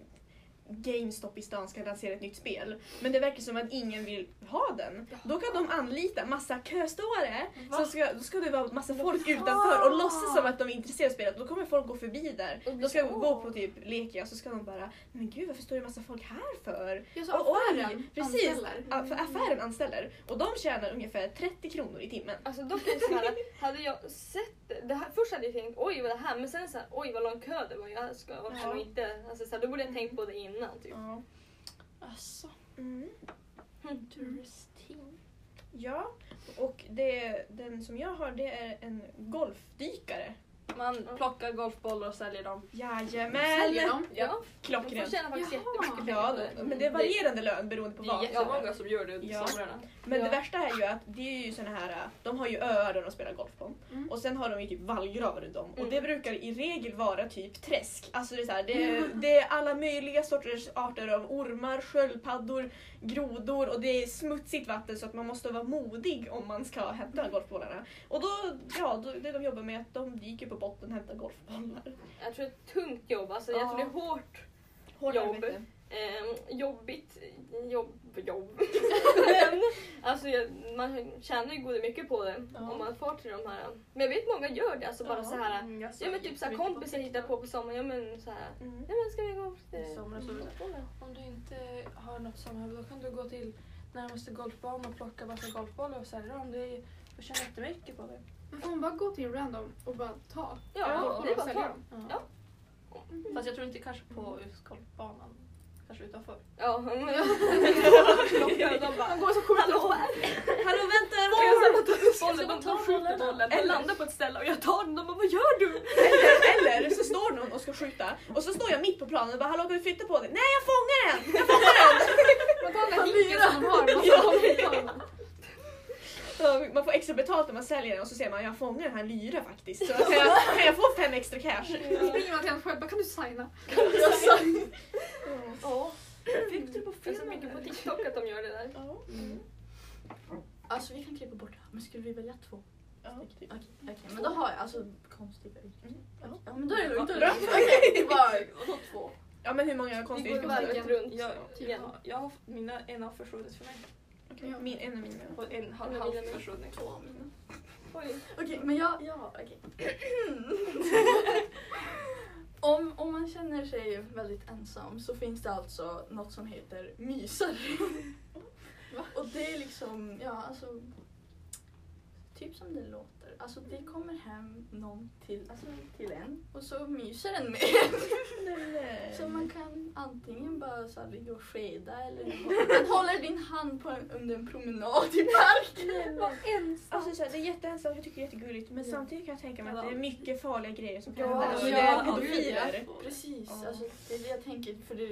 Speaker 2: GameStop i stan ska lansera ett nytt spel men det verkar som att ingen vill ha den. Då kan de anlita massa köståre. Så ska, då ska det vara massa folk utanför och låtsas som att de är intresserade av spelet. Då kommer folk gå förbi där.
Speaker 1: Och bli
Speaker 2: De ska
Speaker 1: så,
Speaker 2: gå
Speaker 1: "Åh."
Speaker 2: på typ Lekia så ska de bara Men gud varför står det massa folk här för?
Speaker 5: Jag sa
Speaker 2: Och, oj,
Speaker 5: affären
Speaker 2: precis.
Speaker 5: anställer.
Speaker 2: Ja, För affären anställer och de tjänar ungefär 30 kronor i timmen.
Speaker 1: Alltså dock är det så här, hade jag sett det- det här, först hade jag tänkt oj vad det här, men sen så här, oj vad lång kö det var, jag ska jag orkar
Speaker 2: Ja. Mm.
Speaker 1: nog inte. Alltså så här, då borde jag tänkt på det innan typ.
Speaker 2: Ja.
Speaker 3: Alltså.
Speaker 2: Mm. Interesting. Ja, och det, den som jag har det är en golfdykare.
Speaker 1: Man plockar golfbollar och säljer dem.
Speaker 5: Säljer
Speaker 2: Jajamän!
Speaker 5: dem.
Speaker 1: Ja, de får
Speaker 2: Klockrent.
Speaker 1: tjäna faktiskt
Speaker 5: Jaha.
Speaker 1: jättemycket
Speaker 2: Ja,
Speaker 1: pengar.
Speaker 2: men det är varierande lön beroende på
Speaker 1: Det är
Speaker 2: vad.
Speaker 1: jättemånga som gör det under
Speaker 2: Ja.
Speaker 1: somrarna.
Speaker 2: Men
Speaker 1: Ja.
Speaker 2: det värsta är ju att det är ju såna här, äh, de har ju öar där de spelar golf på.
Speaker 5: Mm.
Speaker 2: Och sen har de ju typ vallgravar runt om. Och
Speaker 1: Mm.
Speaker 2: det brukar i regel vara typ träsk. Alltså det är, så här, det, det är alla möjliga sorters arter av ormar, sköldpaddor, grodor och det är smutsigt vatten så att man måste vara modig om man ska hämta
Speaker 1: Mm.
Speaker 2: golfbollarna. Och då, ja, då, det de jobbar med är att de dyker på botten och hämtar golfbollar.
Speaker 1: Jag tror det är ett tungt jobb, alltså
Speaker 2: Ja.
Speaker 1: jag tror det är hårt
Speaker 2: Hårt
Speaker 1: Jobb.
Speaker 2: arbete.
Speaker 1: Ehm, jobbigt jobb, jobb. Men alltså, jag- man tjänar ju goda mycket på det
Speaker 2: Ja.
Speaker 1: om man får till de här. Men jag vet många gör det, alltså bara
Speaker 2: Ja.
Speaker 1: så här.
Speaker 3: Mm, jag såg
Speaker 1: Ja men typ så här
Speaker 3: jättemycket
Speaker 1: kompisar hittar på på sommaren, ja men så här.
Speaker 2: Mm.
Speaker 1: Ja men ska vi gå
Speaker 3: I
Speaker 1: till
Speaker 3: somras var det
Speaker 1: fotbollen?
Speaker 7: Om du inte har något sommarjobb då kan du gå till närmaste golfbana och plocka massa golfbollar och sälja dem. Det är, du tjänar jättemycket på det.
Speaker 5: Men får man bara gå till en random och bara ta?
Speaker 1: Ja,
Speaker 5: Då får
Speaker 1: det är
Speaker 5: de
Speaker 1: bara att
Speaker 5: sälja
Speaker 1: ta.
Speaker 5: dem.
Speaker 1: Ja.
Speaker 7: Fast jag tror inte kanske på
Speaker 3: Mm.
Speaker 7: just golfbanan. Kanske utanför.
Speaker 1: Ja, men Plockar och de bara
Speaker 5: Man går så sjukt
Speaker 1: Hallå!
Speaker 2: Hallå vänta!
Speaker 1: Jag ska bara ta upp bollen,
Speaker 7: bara
Speaker 1: de
Speaker 7: ta
Speaker 1: tar skjuter
Speaker 7: bollen.
Speaker 1: bollen, den landar på ett ställe och jag tar den och de bara vad gör du?
Speaker 2: Eller, eller så står någon och ska skjuta och så står jag mitt på planen och bara hallå kan du flytta på dig? Nej jag fångar den! Jag fångar den!
Speaker 5: Man tar den där hinken som man har. Man
Speaker 2: Ja, Man får extra betalt när man säljer den och så ser man jag fångar den här lyra faktiskt. Så kan jag, kan jag få fem extra cash?
Speaker 5: så springer man till en själv bara kan du signa?
Speaker 6: Mm.
Speaker 1: Ja. Fick du på film? Jag ser mycket på TikTok att de gör det där.
Speaker 2: Ja.
Speaker 6: Alltså vi kan klippa bort det här, men skulle vi välja två?
Speaker 2: Ja.
Speaker 6: Okej, okej, men då har jag alltså konstiga yrken.
Speaker 2: Mm,
Speaker 6: Okej,
Speaker 2: ja.
Speaker 6: typ. Ja men då är det lugnt. då är det
Speaker 2: Bra.
Speaker 6: lugnt. Okej, det var- och då två.
Speaker 2: Ja men hur många konstiga
Speaker 1: Vi går
Speaker 2: yrken har
Speaker 1: varvet
Speaker 2: du?
Speaker 1: runt.
Speaker 3: Jag,
Speaker 5: Typ,
Speaker 1: Ja.
Speaker 3: jag, jag har, mina, en har försvunnit för mig
Speaker 2: Okej, Min, en av mina.
Speaker 3: och en har
Speaker 1: En av mina
Speaker 3: halvt
Speaker 1: med.
Speaker 3: försvunnit.
Speaker 6: Två av mina.
Speaker 1: Oj.
Speaker 6: Okej, men jag, ja, okej. om, om man känner sig väldigt ensam så finns det alltså något som heter mysare. Och det är liksom, ja alltså typ som det låter. Alltså det kommer hem någon till, alltså, till en och så myser den med
Speaker 2: Eh.
Speaker 6: en. Så man kan antingen bara så här, ligga och skeda eller man håller din hand på en, under en promenad i parken. Vad ensam.
Speaker 2: Alltså så här, det är jätteensamt, jag tycker det är jättegulligt men samtidigt kan jag tänka mig att det är mycket farliga grejer som kan
Speaker 6: Ja,
Speaker 2: hända.
Speaker 6: alltså,
Speaker 2: Och det
Speaker 6: ja,
Speaker 2: är pedofiler.
Speaker 6: Precis,
Speaker 2: Ja.
Speaker 6: alltså, det är det jag tänker. För det,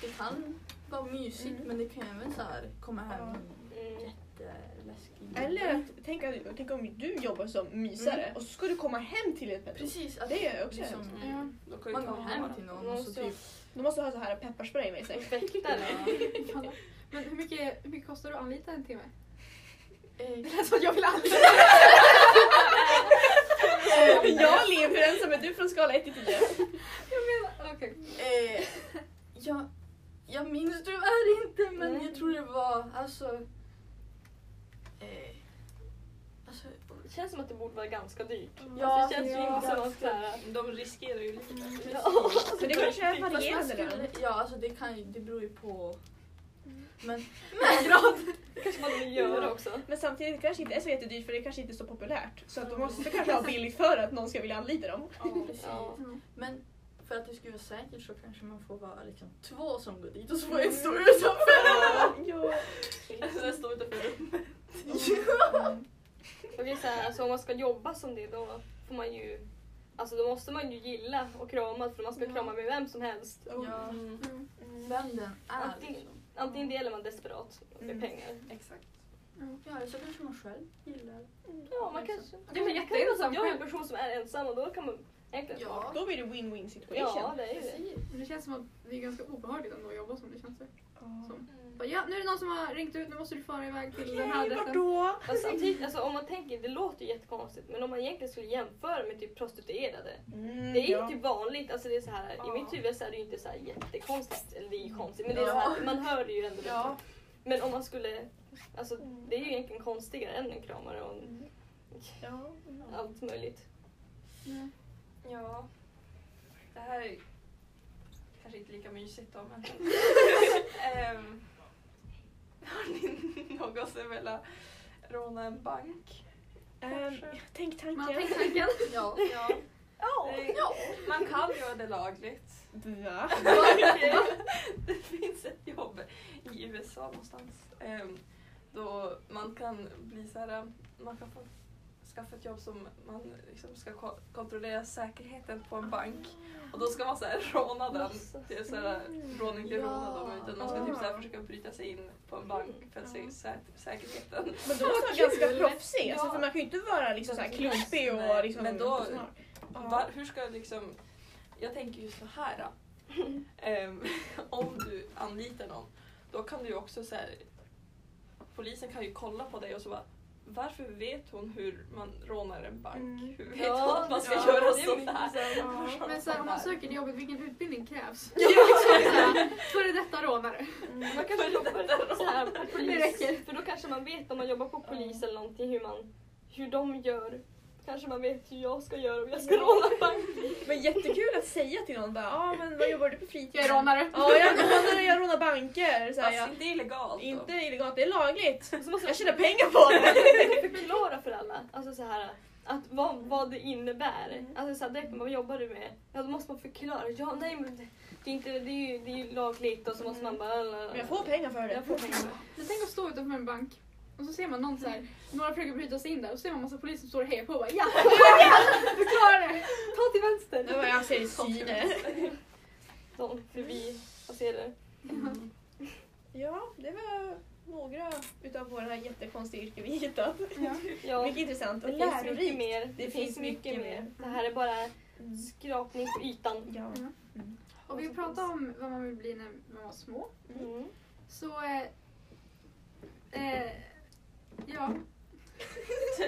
Speaker 6: det kan vara mysigt
Speaker 2: Mm.
Speaker 6: men det kan även så här komma hem
Speaker 2: Ja.
Speaker 1: Mm.
Speaker 6: jätteläskigt.
Speaker 2: Eller att, tänk, att- tänk om du jobbar som mysare och så ska du komma hem till ett pedofil.
Speaker 6: Mm. Precis, att
Speaker 2: Det är också
Speaker 6: liksom,
Speaker 2: hemskt.
Speaker 5: Ja.
Speaker 3: Då kan ju
Speaker 6: man
Speaker 3: ta
Speaker 6: går hem
Speaker 3: några.
Speaker 6: till någon
Speaker 1: Någon
Speaker 6: och så
Speaker 1: som-
Speaker 6: typ...
Speaker 2: Du måste ha så här pepparspray med sig.
Speaker 1: Väktare.
Speaker 5: Men hur mycket, hur mycket kostar det att anlita en timme?
Speaker 2: Mm.
Speaker 6: Eh,
Speaker 5: Det lät som att jag vill anlita
Speaker 2: jag lever, hur ensam är du från skala 1 till 10?
Speaker 5: Okej.
Speaker 6: eh, jag, jag minns tyvärr inte men
Speaker 1: Nej.
Speaker 6: jag tror det var alltså... Eh, alltså
Speaker 1: Det känns som att det borde vara ganska dyrt.
Speaker 6: Ja,
Speaker 1: alltså, det känns ju
Speaker 6: ja.
Speaker 1: inte som att såhär...
Speaker 3: De riskerar ju lite.
Speaker 6: Mm.
Speaker 1: Ja.
Speaker 2: Men det kanske är
Speaker 6: Fast man
Speaker 2: varierande
Speaker 6: skulle,
Speaker 2: lön.
Speaker 6: ja, alltså det, kan, ju- det beror ju på...
Speaker 1: Mm.
Speaker 6: Men
Speaker 1: Det kanske man vill göra också.
Speaker 2: Men samtidigt kanske inte är så jättedyrt för det kanske inte är så populärt. Så att de måste kanske ha billigt för att någon ska vilja anlita dem.
Speaker 6: precis.
Speaker 1: Ja.
Speaker 5: Mm.
Speaker 6: Men för att det skulle vara säkert så kanske man får vara liksom två som går dit och så får en
Speaker 1: Mm.
Speaker 6: stå utanför.
Speaker 2: Ja.
Speaker 3: Så jag står utanför rummet.
Speaker 1: Okej, så, här, alltså, om man ska jobba som det då får man ju... Alltså då måste man ju gilla och krama för man ska krama med vem som helst.
Speaker 6: Ja,
Speaker 5: Mm.
Speaker 6: vem den är.
Speaker 1: Antingen-
Speaker 6: Liksom.
Speaker 1: Antingen det eller man är desperat med
Speaker 2: Mm.
Speaker 1: pengar.
Speaker 3: Exakt.
Speaker 6: Ja, eller så kanske man själv gillar.
Speaker 1: Ja, man kanske...
Speaker 5: Man
Speaker 1: Ja, men
Speaker 5: kanske
Speaker 1: jag kan ju vara
Speaker 5: ensam
Speaker 1: jag är en
Speaker 5: själv.
Speaker 1: person som är ensam och då kan man egentligen...
Speaker 6: Ja.
Speaker 2: Då blir det win-win situation.
Speaker 1: ja det är ju det.
Speaker 6: Precis.
Speaker 5: Men det känns som att det är ganska obehagligt ändå att jobba som det känns. det.
Speaker 2: Ja.
Speaker 1: Mm.
Speaker 5: Bara, ja, nu är det någon som har ringt ut, nu måste du fara iväg till den här
Speaker 2: Nej, vart
Speaker 5: adressen.
Speaker 2: då?
Speaker 1: Fast samtidigt, alltså, om man tänker, det låter ju jättekonstigt men om man egentligen skulle jämföra med typ prostituerade
Speaker 2: Mm,
Speaker 1: Det är ju
Speaker 2: ja.
Speaker 1: inte vanligt, alltså det är så här, i
Speaker 5: Ja.
Speaker 1: mitt huvud så är det ju inte så här jättekonstigt, eller det är ju konstigt men det är så
Speaker 6: Ja.
Speaker 1: här, man hör det ju ändå.
Speaker 6: Ja.
Speaker 1: Men om man skulle, alltså
Speaker 3: Mm.
Speaker 1: det är ju egentligen konstigare än en kramare och en-
Speaker 2: Ja.
Speaker 1: allt möjligt.
Speaker 5: Mm.
Speaker 3: Ja. Det här är kanske inte lika mysigt då men... Ehm, har ni någonsin velat råna en bank?
Speaker 2: Ehm, tänk
Speaker 5: Man har
Speaker 2: tanken.
Speaker 5: tänkt tanken.
Speaker 6: Ja.
Speaker 3: Eh, Ja.
Speaker 6: Ja.
Speaker 3: Man kan göra det lagligt.
Speaker 2: Va?
Speaker 3: det finns ett jobb i USA någonstans ehm, då man kan bli så här, man kan få skaffa ett jobb som man liksom ska ko- kontrollera säkerheten på en bank och då ska man så här råna den. Det är så här,
Speaker 1: Mm.
Speaker 3: råning till råna då, utan man ska typ så här försöka bryta sig in på en bank för att se sä- säkerheten.
Speaker 2: Men då måste man vara ganska
Speaker 3: kul.
Speaker 2: proffsig. Alltså,
Speaker 3: Ja.
Speaker 2: för man kan ju inte vara liksom, så här klumpig och
Speaker 3: Nej,
Speaker 2: liksom,
Speaker 3: men då-
Speaker 2: smart.
Speaker 3: Va, hur ska jag liksom... Jag tänker ju så här. Då. Ehm, om du anlitar någon, då kan du ju också så här... Polisen kan ju kolla på dig och så bara varför vet hon hur man rånar en bank?
Speaker 2: Mm.
Speaker 3: Hur vet hon att man ska göra sånt här?
Speaker 5: Men så här, om man söker det jobbet, vilken utbildning krävs? Ja. Före detta rånare.
Speaker 1: Man kanske jobbar så här på
Speaker 5: Det räcker.
Speaker 1: polis. För då kanske man vet om man jobbar på polis eller någonting hur, man, hur de gör. Kanske man vet hur jag ska göra om jag ska råna en bank.
Speaker 2: Men jättekul att säga till någon bara, ah, men vad jobbar du på fritiden?
Speaker 5: Jag är rånare.
Speaker 2: Ja, jag rånar, jag rånar banker. Så här,
Speaker 3: Fast
Speaker 2: jag,
Speaker 3: inte illegalt. då.
Speaker 2: inte illegalt, det är lagligt.
Speaker 1: Så måste
Speaker 2: Jag tjänar pengar på det.
Speaker 1: man förklara för alla alltså så här, att vad, vad det innebär. Alltså så här, direkt, vad jobbar du med? Ja, då måste man förklara. Ja, nej, men det, det, är inte, det, är ju, det är ju lagligt och så måste man bara...
Speaker 2: Men jag får pengar för det.
Speaker 1: Mm. Jag får pengar.
Speaker 5: Jag tänker att stå utanför en bank och så ser man någon så här, några försöker bryta sig in där och så ser man massa poliser som står och hejar på och bara ja, du klarar det!
Speaker 1: Ta till vänster!
Speaker 2: Det var jag säger syne.
Speaker 1: De förbi, vad ser du?
Speaker 2: Ja, det var några utav våra jättekonstiga yrken vi hittat.
Speaker 1: Ja,
Speaker 2: Mycket intressant och
Speaker 1: det finns mycket
Speaker 2: lärorikt.
Speaker 1: mer. Det, finns, mycket, mer. Det här är bara
Speaker 2: Mm.
Speaker 1: skrapning på ytan.
Speaker 2: Ja.
Speaker 5: Och vi pratade om vad man vill bli när man var små.
Speaker 1: Mm.
Speaker 5: Så... Eh, eh, ja.
Speaker 2: Mm.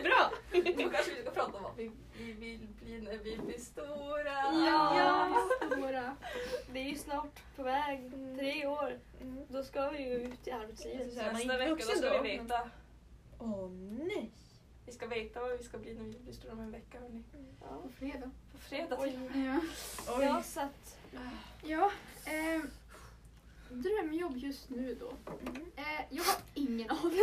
Speaker 2: Bra!
Speaker 3: Då kanske vi ska prata om vad vi, vi vill bli när vi blir stora.
Speaker 1: Ja, stora. Det är ju snart på väg. Tre år.
Speaker 2: Mm.
Speaker 1: Då ska vi ju ut i arbetslivet.
Speaker 2: Så här, man är
Speaker 3: Nästa
Speaker 2: inte
Speaker 3: vecka då
Speaker 2: vuxen
Speaker 3: ska
Speaker 2: då.
Speaker 3: vi veta.
Speaker 2: Åh nej!
Speaker 3: Vi ska veta vad vi ska bli när vi blir stora om en vecka. Hörni.
Speaker 1: Ja.
Speaker 5: På fredag.
Speaker 3: På fredag till och med.
Speaker 5: Ja.
Speaker 2: Oj.
Speaker 1: Ja, så att,
Speaker 5: ja eh, drömjobb just nu då?
Speaker 2: Mm.
Speaker 5: Eh, jag har ingen aning.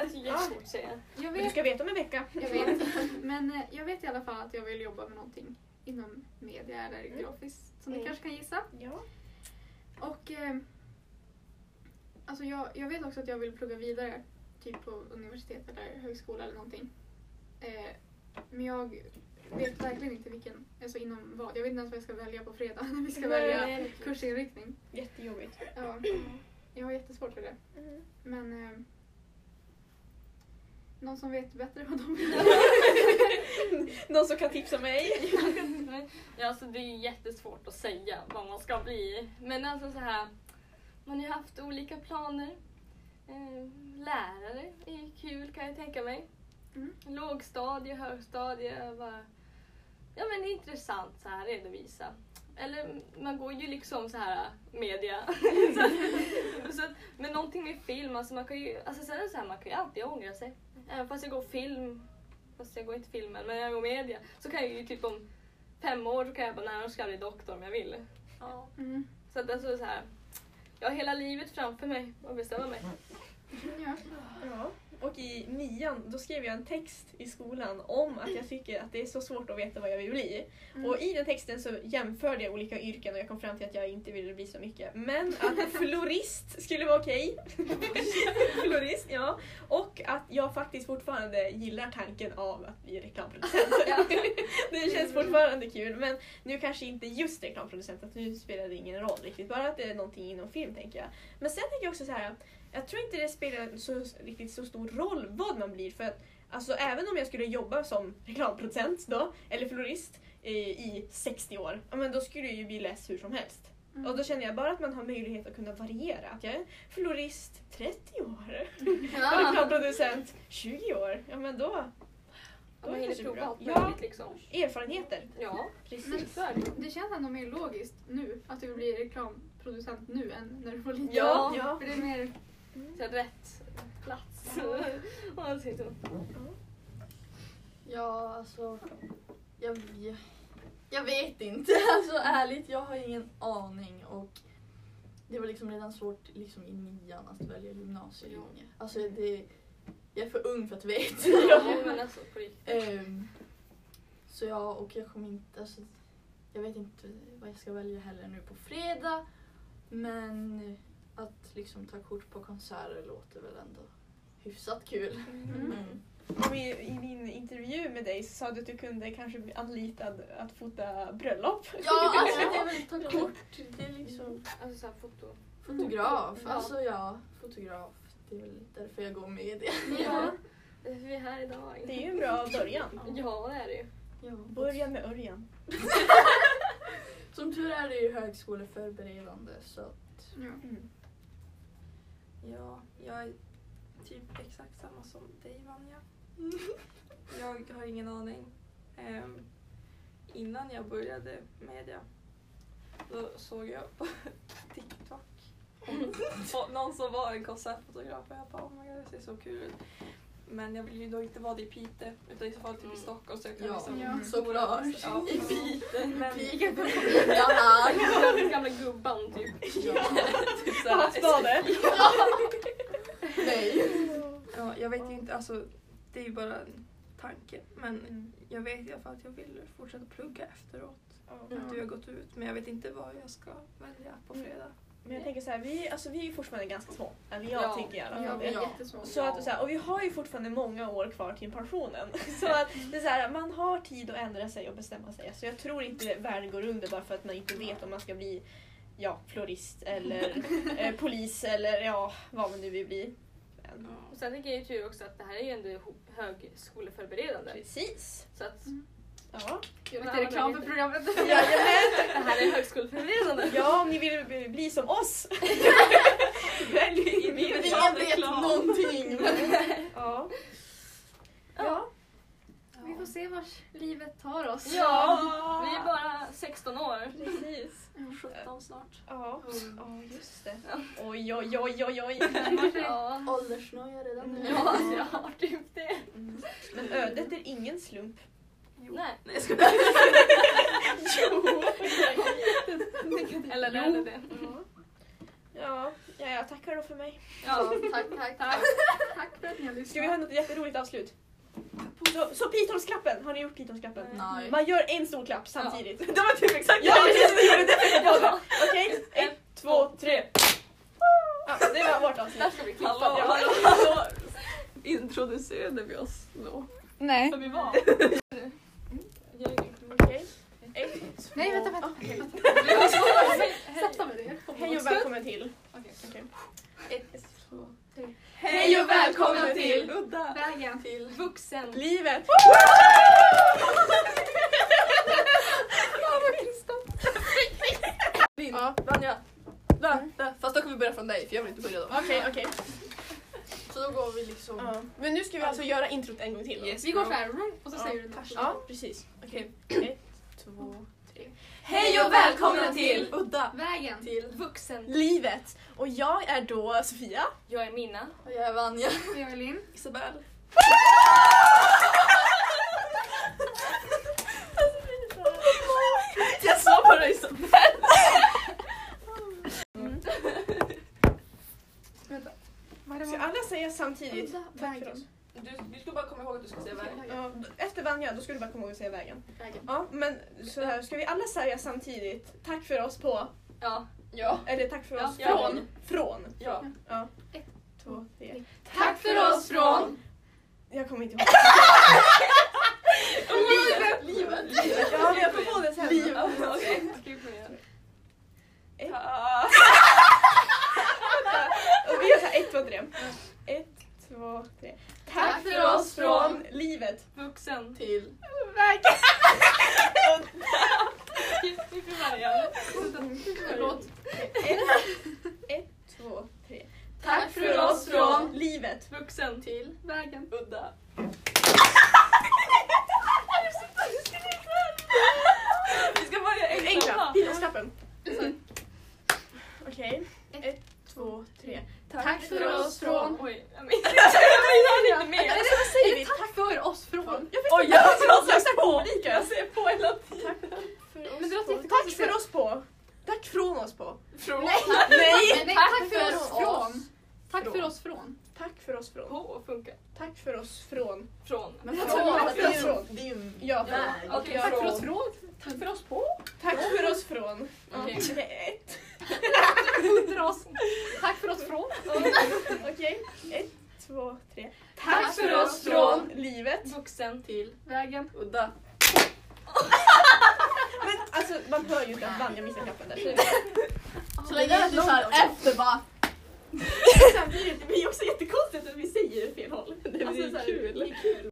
Speaker 1: alltså, jättesvårt att säga.
Speaker 5: Jag
Speaker 2: Men Du
Speaker 5: vet,
Speaker 2: ska veta om en vecka.
Speaker 5: jag vet. Men eh, jag vet i alla fall att jag vill jobba med någonting inom media eller
Speaker 2: Mm.
Speaker 5: grafiskt som ni
Speaker 1: Mm.
Speaker 5: kanske kan gissa.
Speaker 2: Ja.
Speaker 5: Och eh, alltså jag, jag vet också att jag vill plugga vidare, typ på universitet eller högskola eller någonting. Eh, men jag vet verkligen inte vilken, alltså inom vad. Jag vet inte ens vad jag ska välja på fredag när vi ska välja
Speaker 1: Nej,
Speaker 5: kursinriktning.
Speaker 2: Jättejobbigt.
Speaker 5: Ja, jag har jättesvårt för det.
Speaker 2: Mm.
Speaker 5: Men eh, någon som vet bättre vad de vill?
Speaker 2: Någon som kan tipsa mig?
Speaker 1: Ja, alltså, det är ju jättesvårt att säga vad man ska bli. Men alltså så här, man har ju haft olika planer. Eh, Lärare är ju kul kan jag tänka mig.
Speaker 5: Mm.
Speaker 1: Lågstadie, högstadie. Bara, ja men det är intressant så här redovisa. Eller man går ju liksom så här media. så, att- så, att- men någonting med film, alltså man kan ju, alltså sen är det så här, man kan ju alltid ångra sig. Även fast jag går film, fast jag går inte filmen, men jag går media. Så kan jag ju typ om fem år så kan jag bara, nej jag ska bli doktor om jag vill.
Speaker 3: Ja.
Speaker 5: Mm.
Speaker 1: Så att alltså så här, jag har hela livet framför mig att bestämma mig.
Speaker 5: Ja.
Speaker 2: Ja. Och i nian då skrev jag en text i skolan om att jag tycker att det är så svårt att veta vad jag vill bli.
Speaker 5: Mm.
Speaker 2: Och i den texten så jämförde jag olika yrken och jag kom fram till att jag inte ville bli så mycket. Men att florist skulle vara okej. florist, ja. Och att jag faktiskt fortfarande gillar tanken av att bli reklamproducent. det känns fortfarande kul men nu kanske inte just reklamproducent, att nu spelar det ingen roll riktigt. Bara att det är någonting inom film tänker jag. Men sen tänker jag också så här. Jag tror inte det spelar så, riktigt så stor roll vad man blir för att alltså, även om jag skulle jobba som reklamproducent då, eller florist eh, i 60 år, ja, men då skulle jag ju bli less hur som helst.
Speaker 5: Mm.
Speaker 2: Och då känner jag bara att man har möjlighet att kunna variera. Att jag är florist 30 år och
Speaker 5: Ja.
Speaker 2: reklamproducent 20 år. Ja men då,
Speaker 1: Om man hinner
Speaker 2: kanske det
Speaker 1: prova
Speaker 2: är bra.
Speaker 1: allt
Speaker 2: Ja.
Speaker 1: möjligt liksom.
Speaker 2: erfarenheter.
Speaker 1: Ja,
Speaker 2: Precis.
Speaker 1: så är det.
Speaker 5: Det känns ändå mer logiskt nu att du vill bli reklamproducent nu än när du var liten.
Speaker 2: Ja, ja.
Speaker 5: För det är mer...
Speaker 1: Så jag har rätt plats. Och allting så.
Speaker 6: Ja, alltså. Jag, jag, jag vet inte. Alltså ärligt, jag har ingen aning. Och det var liksom redan svårt liksom, i nian att välja gymnasielinje. Alltså det, jag är för ung för att veta.
Speaker 1: alltså. Ja, men alltså på riktigt.
Speaker 6: Ehm, Så ja, och jag kommer inte... Alltså, jag vet inte vad jag ska välja heller nu på fredag. Men att liksom ta kort på konserter låter väl ändå hyfsat kul. Mm.
Speaker 2: Och i, I din intervju med dig så sa du att du kunde kanske bli anlitad att fota bröllop.
Speaker 6: Ja, alltså det är väl ta kort. Det är liksom
Speaker 5: Alltså såhär foto.
Speaker 6: fotograf.
Speaker 5: Ja.
Speaker 6: Alltså ja, fotograf. Det är väl därför jag går med i det.
Speaker 1: Ja, det är därför vi är här idag.
Speaker 2: Det är ju en bra början.
Speaker 1: Ja, det är det ju.
Speaker 2: Börja med Örjan.
Speaker 6: Som tur är det ju högskoleförberedande så att
Speaker 5: Ja.
Speaker 2: Mm.
Speaker 7: Mm. Ja, jag är typ exakt samma som dig Vanja. Jag har ingen aning. Ehm, innan jag började media då såg jag på TikTok och någon som var en konsertfotograf och jag bara oh my god det ser så kul ut. Men jag vill ju då inte vara det i Piteå utan i så fall typ i Stockholm så jag kan
Speaker 6: Ja.
Speaker 7: liksom
Speaker 5: Ja.
Speaker 6: såklart.
Speaker 7: Ja.
Speaker 6: I biten.
Speaker 7: Men-
Speaker 6: Piken på pikan.
Speaker 1: Gamla, gamla gubban typ.
Speaker 7: typ så här-
Speaker 2: Hans fader.
Speaker 6: Nej.
Speaker 7: Ja, jag vet ju inte, alltså det är ju bara en tanke. Men
Speaker 2: Mm.
Speaker 7: jag vet i alla fall att jag vill fortsätta plugga efteråt.
Speaker 2: Ja.
Speaker 7: Att du har gått ut, men jag vet inte vad jag ska välja på fredag.
Speaker 2: Mm. Men jag tänker så här, vi, alltså, vi är ju fortfarande ganska små. Eller jag
Speaker 1: Ja.
Speaker 2: tycker i alla
Speaker 5: Ja,
Speaker 2: fall
Speaker 5: vi är
Speaker 2: det.
Speaker 6: Ja.
Speaker 5: jättesmå.
Speaker 2: Så att, så här, och vi har ju fortfarande många år kvar till pensionen. Så att det är så här, man har tid att ändra sig och bestämma sig. Så jag tror inte världen går under bara för att man inte vet om man ska bli ja, florist eller eh, polis eller ja, vad man nu vill bli. Men,
Speaker 1: Och sen tänker jag ju tur också att det här är ju ändå ho- högskoleförberedande.
Speaker 2: precis.
Speaker 1: Så att,
Speaker 2: Ja.
Speaker 1: jag
Speaker 5: Lite reklam för programmet.
Speaker 1: Det här är högskoleförberedande.
Speaker 2: ja, om ni vill bli- bli som oss. Välj
Speaker 6: Ingen
Speaker 2: in
Speaker 6: vet någonting.
Speaker 2: Ja.
Speaker 5: Ja.
Speaker 7: Ja.
Speaker 5: Vi får se vars livet tar oss.
Speaker 1: Ja, vi är bara 16 år.
Speaker 2: Precis.
Speaker 7: 17 snart.
Speaker 2: Ja, ja just det. Oj, oj, oj, oj, oj.
Speaker 1: Ja,
Speaker 6: Åldersnoja redan nu.
Speaker 1: ja alltså, jag har typ det.
Speaker 2: Mm. Men ödet är ingen slump.
Speaker 1: Nej.
Speaker 7: Nej, jag skojar.
Speaker 1: Eller det, eller det.
Speaker 2: Ja, ja, jag tackar då för mig.
Speaker 1: Ja,
Speaker 5: Tack, tack, tack. tack för att ni har lyssnat.
Speaker 2: Ska vi ha något jätteroligt avslut? Så, så pytonsklappen, har ni gjort pytonsklappen?
Speaker 6: Nej.
Speaker 2: Man gör en stor klapp samtidigt.
Speaker 7: Det var typ exakt
Speaker 2: Ja, precis, det gjorde det. Jag bara, Okej, ett, två, tre. Ja, det var vårt avsnitt.
Speaker 1: där ska vi klippa.
Speaker 7: Hallå,
Speaker 1: Ja.
Speaker 7: hallå. Introducerade vi oss då?
Speaker 5: Nej.
Speaker 1: Där vi var.
Speaker 2: Okej. Ett,
Speaker 5: Nej, vänta, vänta. Sätta mig ner.
Speaker 2: Hej och välkommen till.
Speaker 1: Okej.
Speaker 2: Okej.
Speaker 5: Hej och välkomna till
Speaker 7: Udda.
Speaker 5: Vägen.
Speaker 1: Till vuxen.
Speaker 2: Livet.
Speaker 6: Din. Vanja. Där, där. Fast då kommer vi börja från dig för jag vill inte börja då.
Speaker 2: Okej, okej.
Speaker 6: Så då går vi liksom...
Speaker 2: Ja. Men nu ska vi alltså göra introt en gång till. då.
Speaker 5: Vi går så här vroom, och så
Speaker 2: Ja.
Speaker 5: säger du något.
Speaker 2: Ja, precis. Okej. Ett, två,
Speaker 6: Hej och välkomna till Udda.
Speaker 5: Vägen.
Speaker 6: Till.
Speaker 1: Vuxen.
Speaker 2: livet. Och jag är då Sofia.
Speaker 1: Jag är Minna.
Speaker 6: Och jag är Vanja.
Speaker 5: Evelyn.
Speaker 7: Isabel.
Speaker 2: Jag sa bara Isabelle.
Speaker 5: Vänta. Vad
Speaker 2: Ska alla säga samtidigt?
Speaker 5: Udda
Speaker 2: Tack för
Speaker 5: vägen.
Speaker 2: oss.
Speaker 7: Du, du ska bara komma ihåg att du ska säga vägen.
Speaker 2: Ja, efter Vanja, då ska du bara komma ihåg att säga vägen.
Speaker 5: Vägen.
Speaker 2: Ja, men så här, ska vi alla säga samtidigt tack för oss på,
Speaker 1: Ja.
Speaker 7: Ja.
Speaker 2: eller tack för
Speaker 1: Ja,
Speaker 2: oss
Speaker 1: ja.
Speaker 2: från, från.
Speaker 7: Ja.
Speaker 2: Ja.
Speaker 5: Ett,
Speaker 2: två, tre.
Speaker 5: Tack för oss från
Speaker 2: Jag kommer inte ihåg.
Speaker 5: livet.
Speaker 6: Livet.
Speaker 2: Ja, men jag får på det sen.
Speaker 1: Okej. Skriv på det.
Speaker 2: Ett. Och vi gör såhär, ett, två, tre. Ett, två, tre. Tack för oss från livet.
Speaker 1: Vuxen.
Speaker 6: Till.
Speaker 1: Vi får börja.
Speaker 5: Förlåt.
Speaker 2: Ett, två, tre.
Speaker 6: Tack för oss från.
Speaker 2: livet.
Speaker 1: Vuxen.
Speaker 6: Till.
Speaker 5: Vägen.
Speaker 7: Udda. Vi ska bara göra en
Speaker 2: Enkla,
Speaker 7: klapp.
Speaker 2: pilosklappen. Okej. Ett, två, tre.
Speaker 5: Tack för oss från.
Speaker 1: Oj, jag
Speaker 2: Jag inte med. Vad säger vi?
Speaker 5: Tack för oss från.
Speaker 2: Oj, jag har någon slags pålika. Jag ser på hela tiden.
Speaker 5: Men det låter
Speaker 2: Tack
Speaker 5: jättekonstigt.
Speaker 2: för oss på. Tack från oss på.
Speaker 5: Nej.
Speaker 2: Nej.
Speaker 5: Nej, tack för oss från. Tack för oss från.
Speaker 2: Tack för oss från.
Speaker 1: På och funka.
Speaker 2: Tack för oss från.
Speaker 1: Från.
Speaker 6: Men
Speaker 2: Ja,
Speaker 6: från,
Speaker 2: det
Speaker 6: det
Speaker 2: är
Speaker 6: är
Speaker 2: från.
Speaker 6: ju- det är ju en
Speaker 2: Ja, från.
Speaker 6: väg.
Speaker 1: Okej,
Speaker 2: Ja,
Speaker 1: tack för
Speaker 2: från.
Speaker 1: oss från.
Speaker 2: Tack för oss på. Tack för oss från.
Speaker 1: Okej.
Speaker 2: Okej. Ett.
Speaker 1: Under oss. Tack för oss från.
Speaker 2: Okej. Ett, två, tre.
Speaker 1: Tack för oss från.
Speaker 2: livet.
Speaker 1: Vuxen till vägen.
Speaker 6: Udda.
Speaker 2: Men alltså man hör ju inte att Vanja missar knappen där. Så
Speaker 6: Så länge det är såhär efter bara.
Speaker 2: Samtidigt, det blir också jättekonstigt att vi säger fel håll. Det
Speaker 3: är
Speaker 2: alltså, så här,
Speaker 3: kul.
Speaker 2: Det är kul.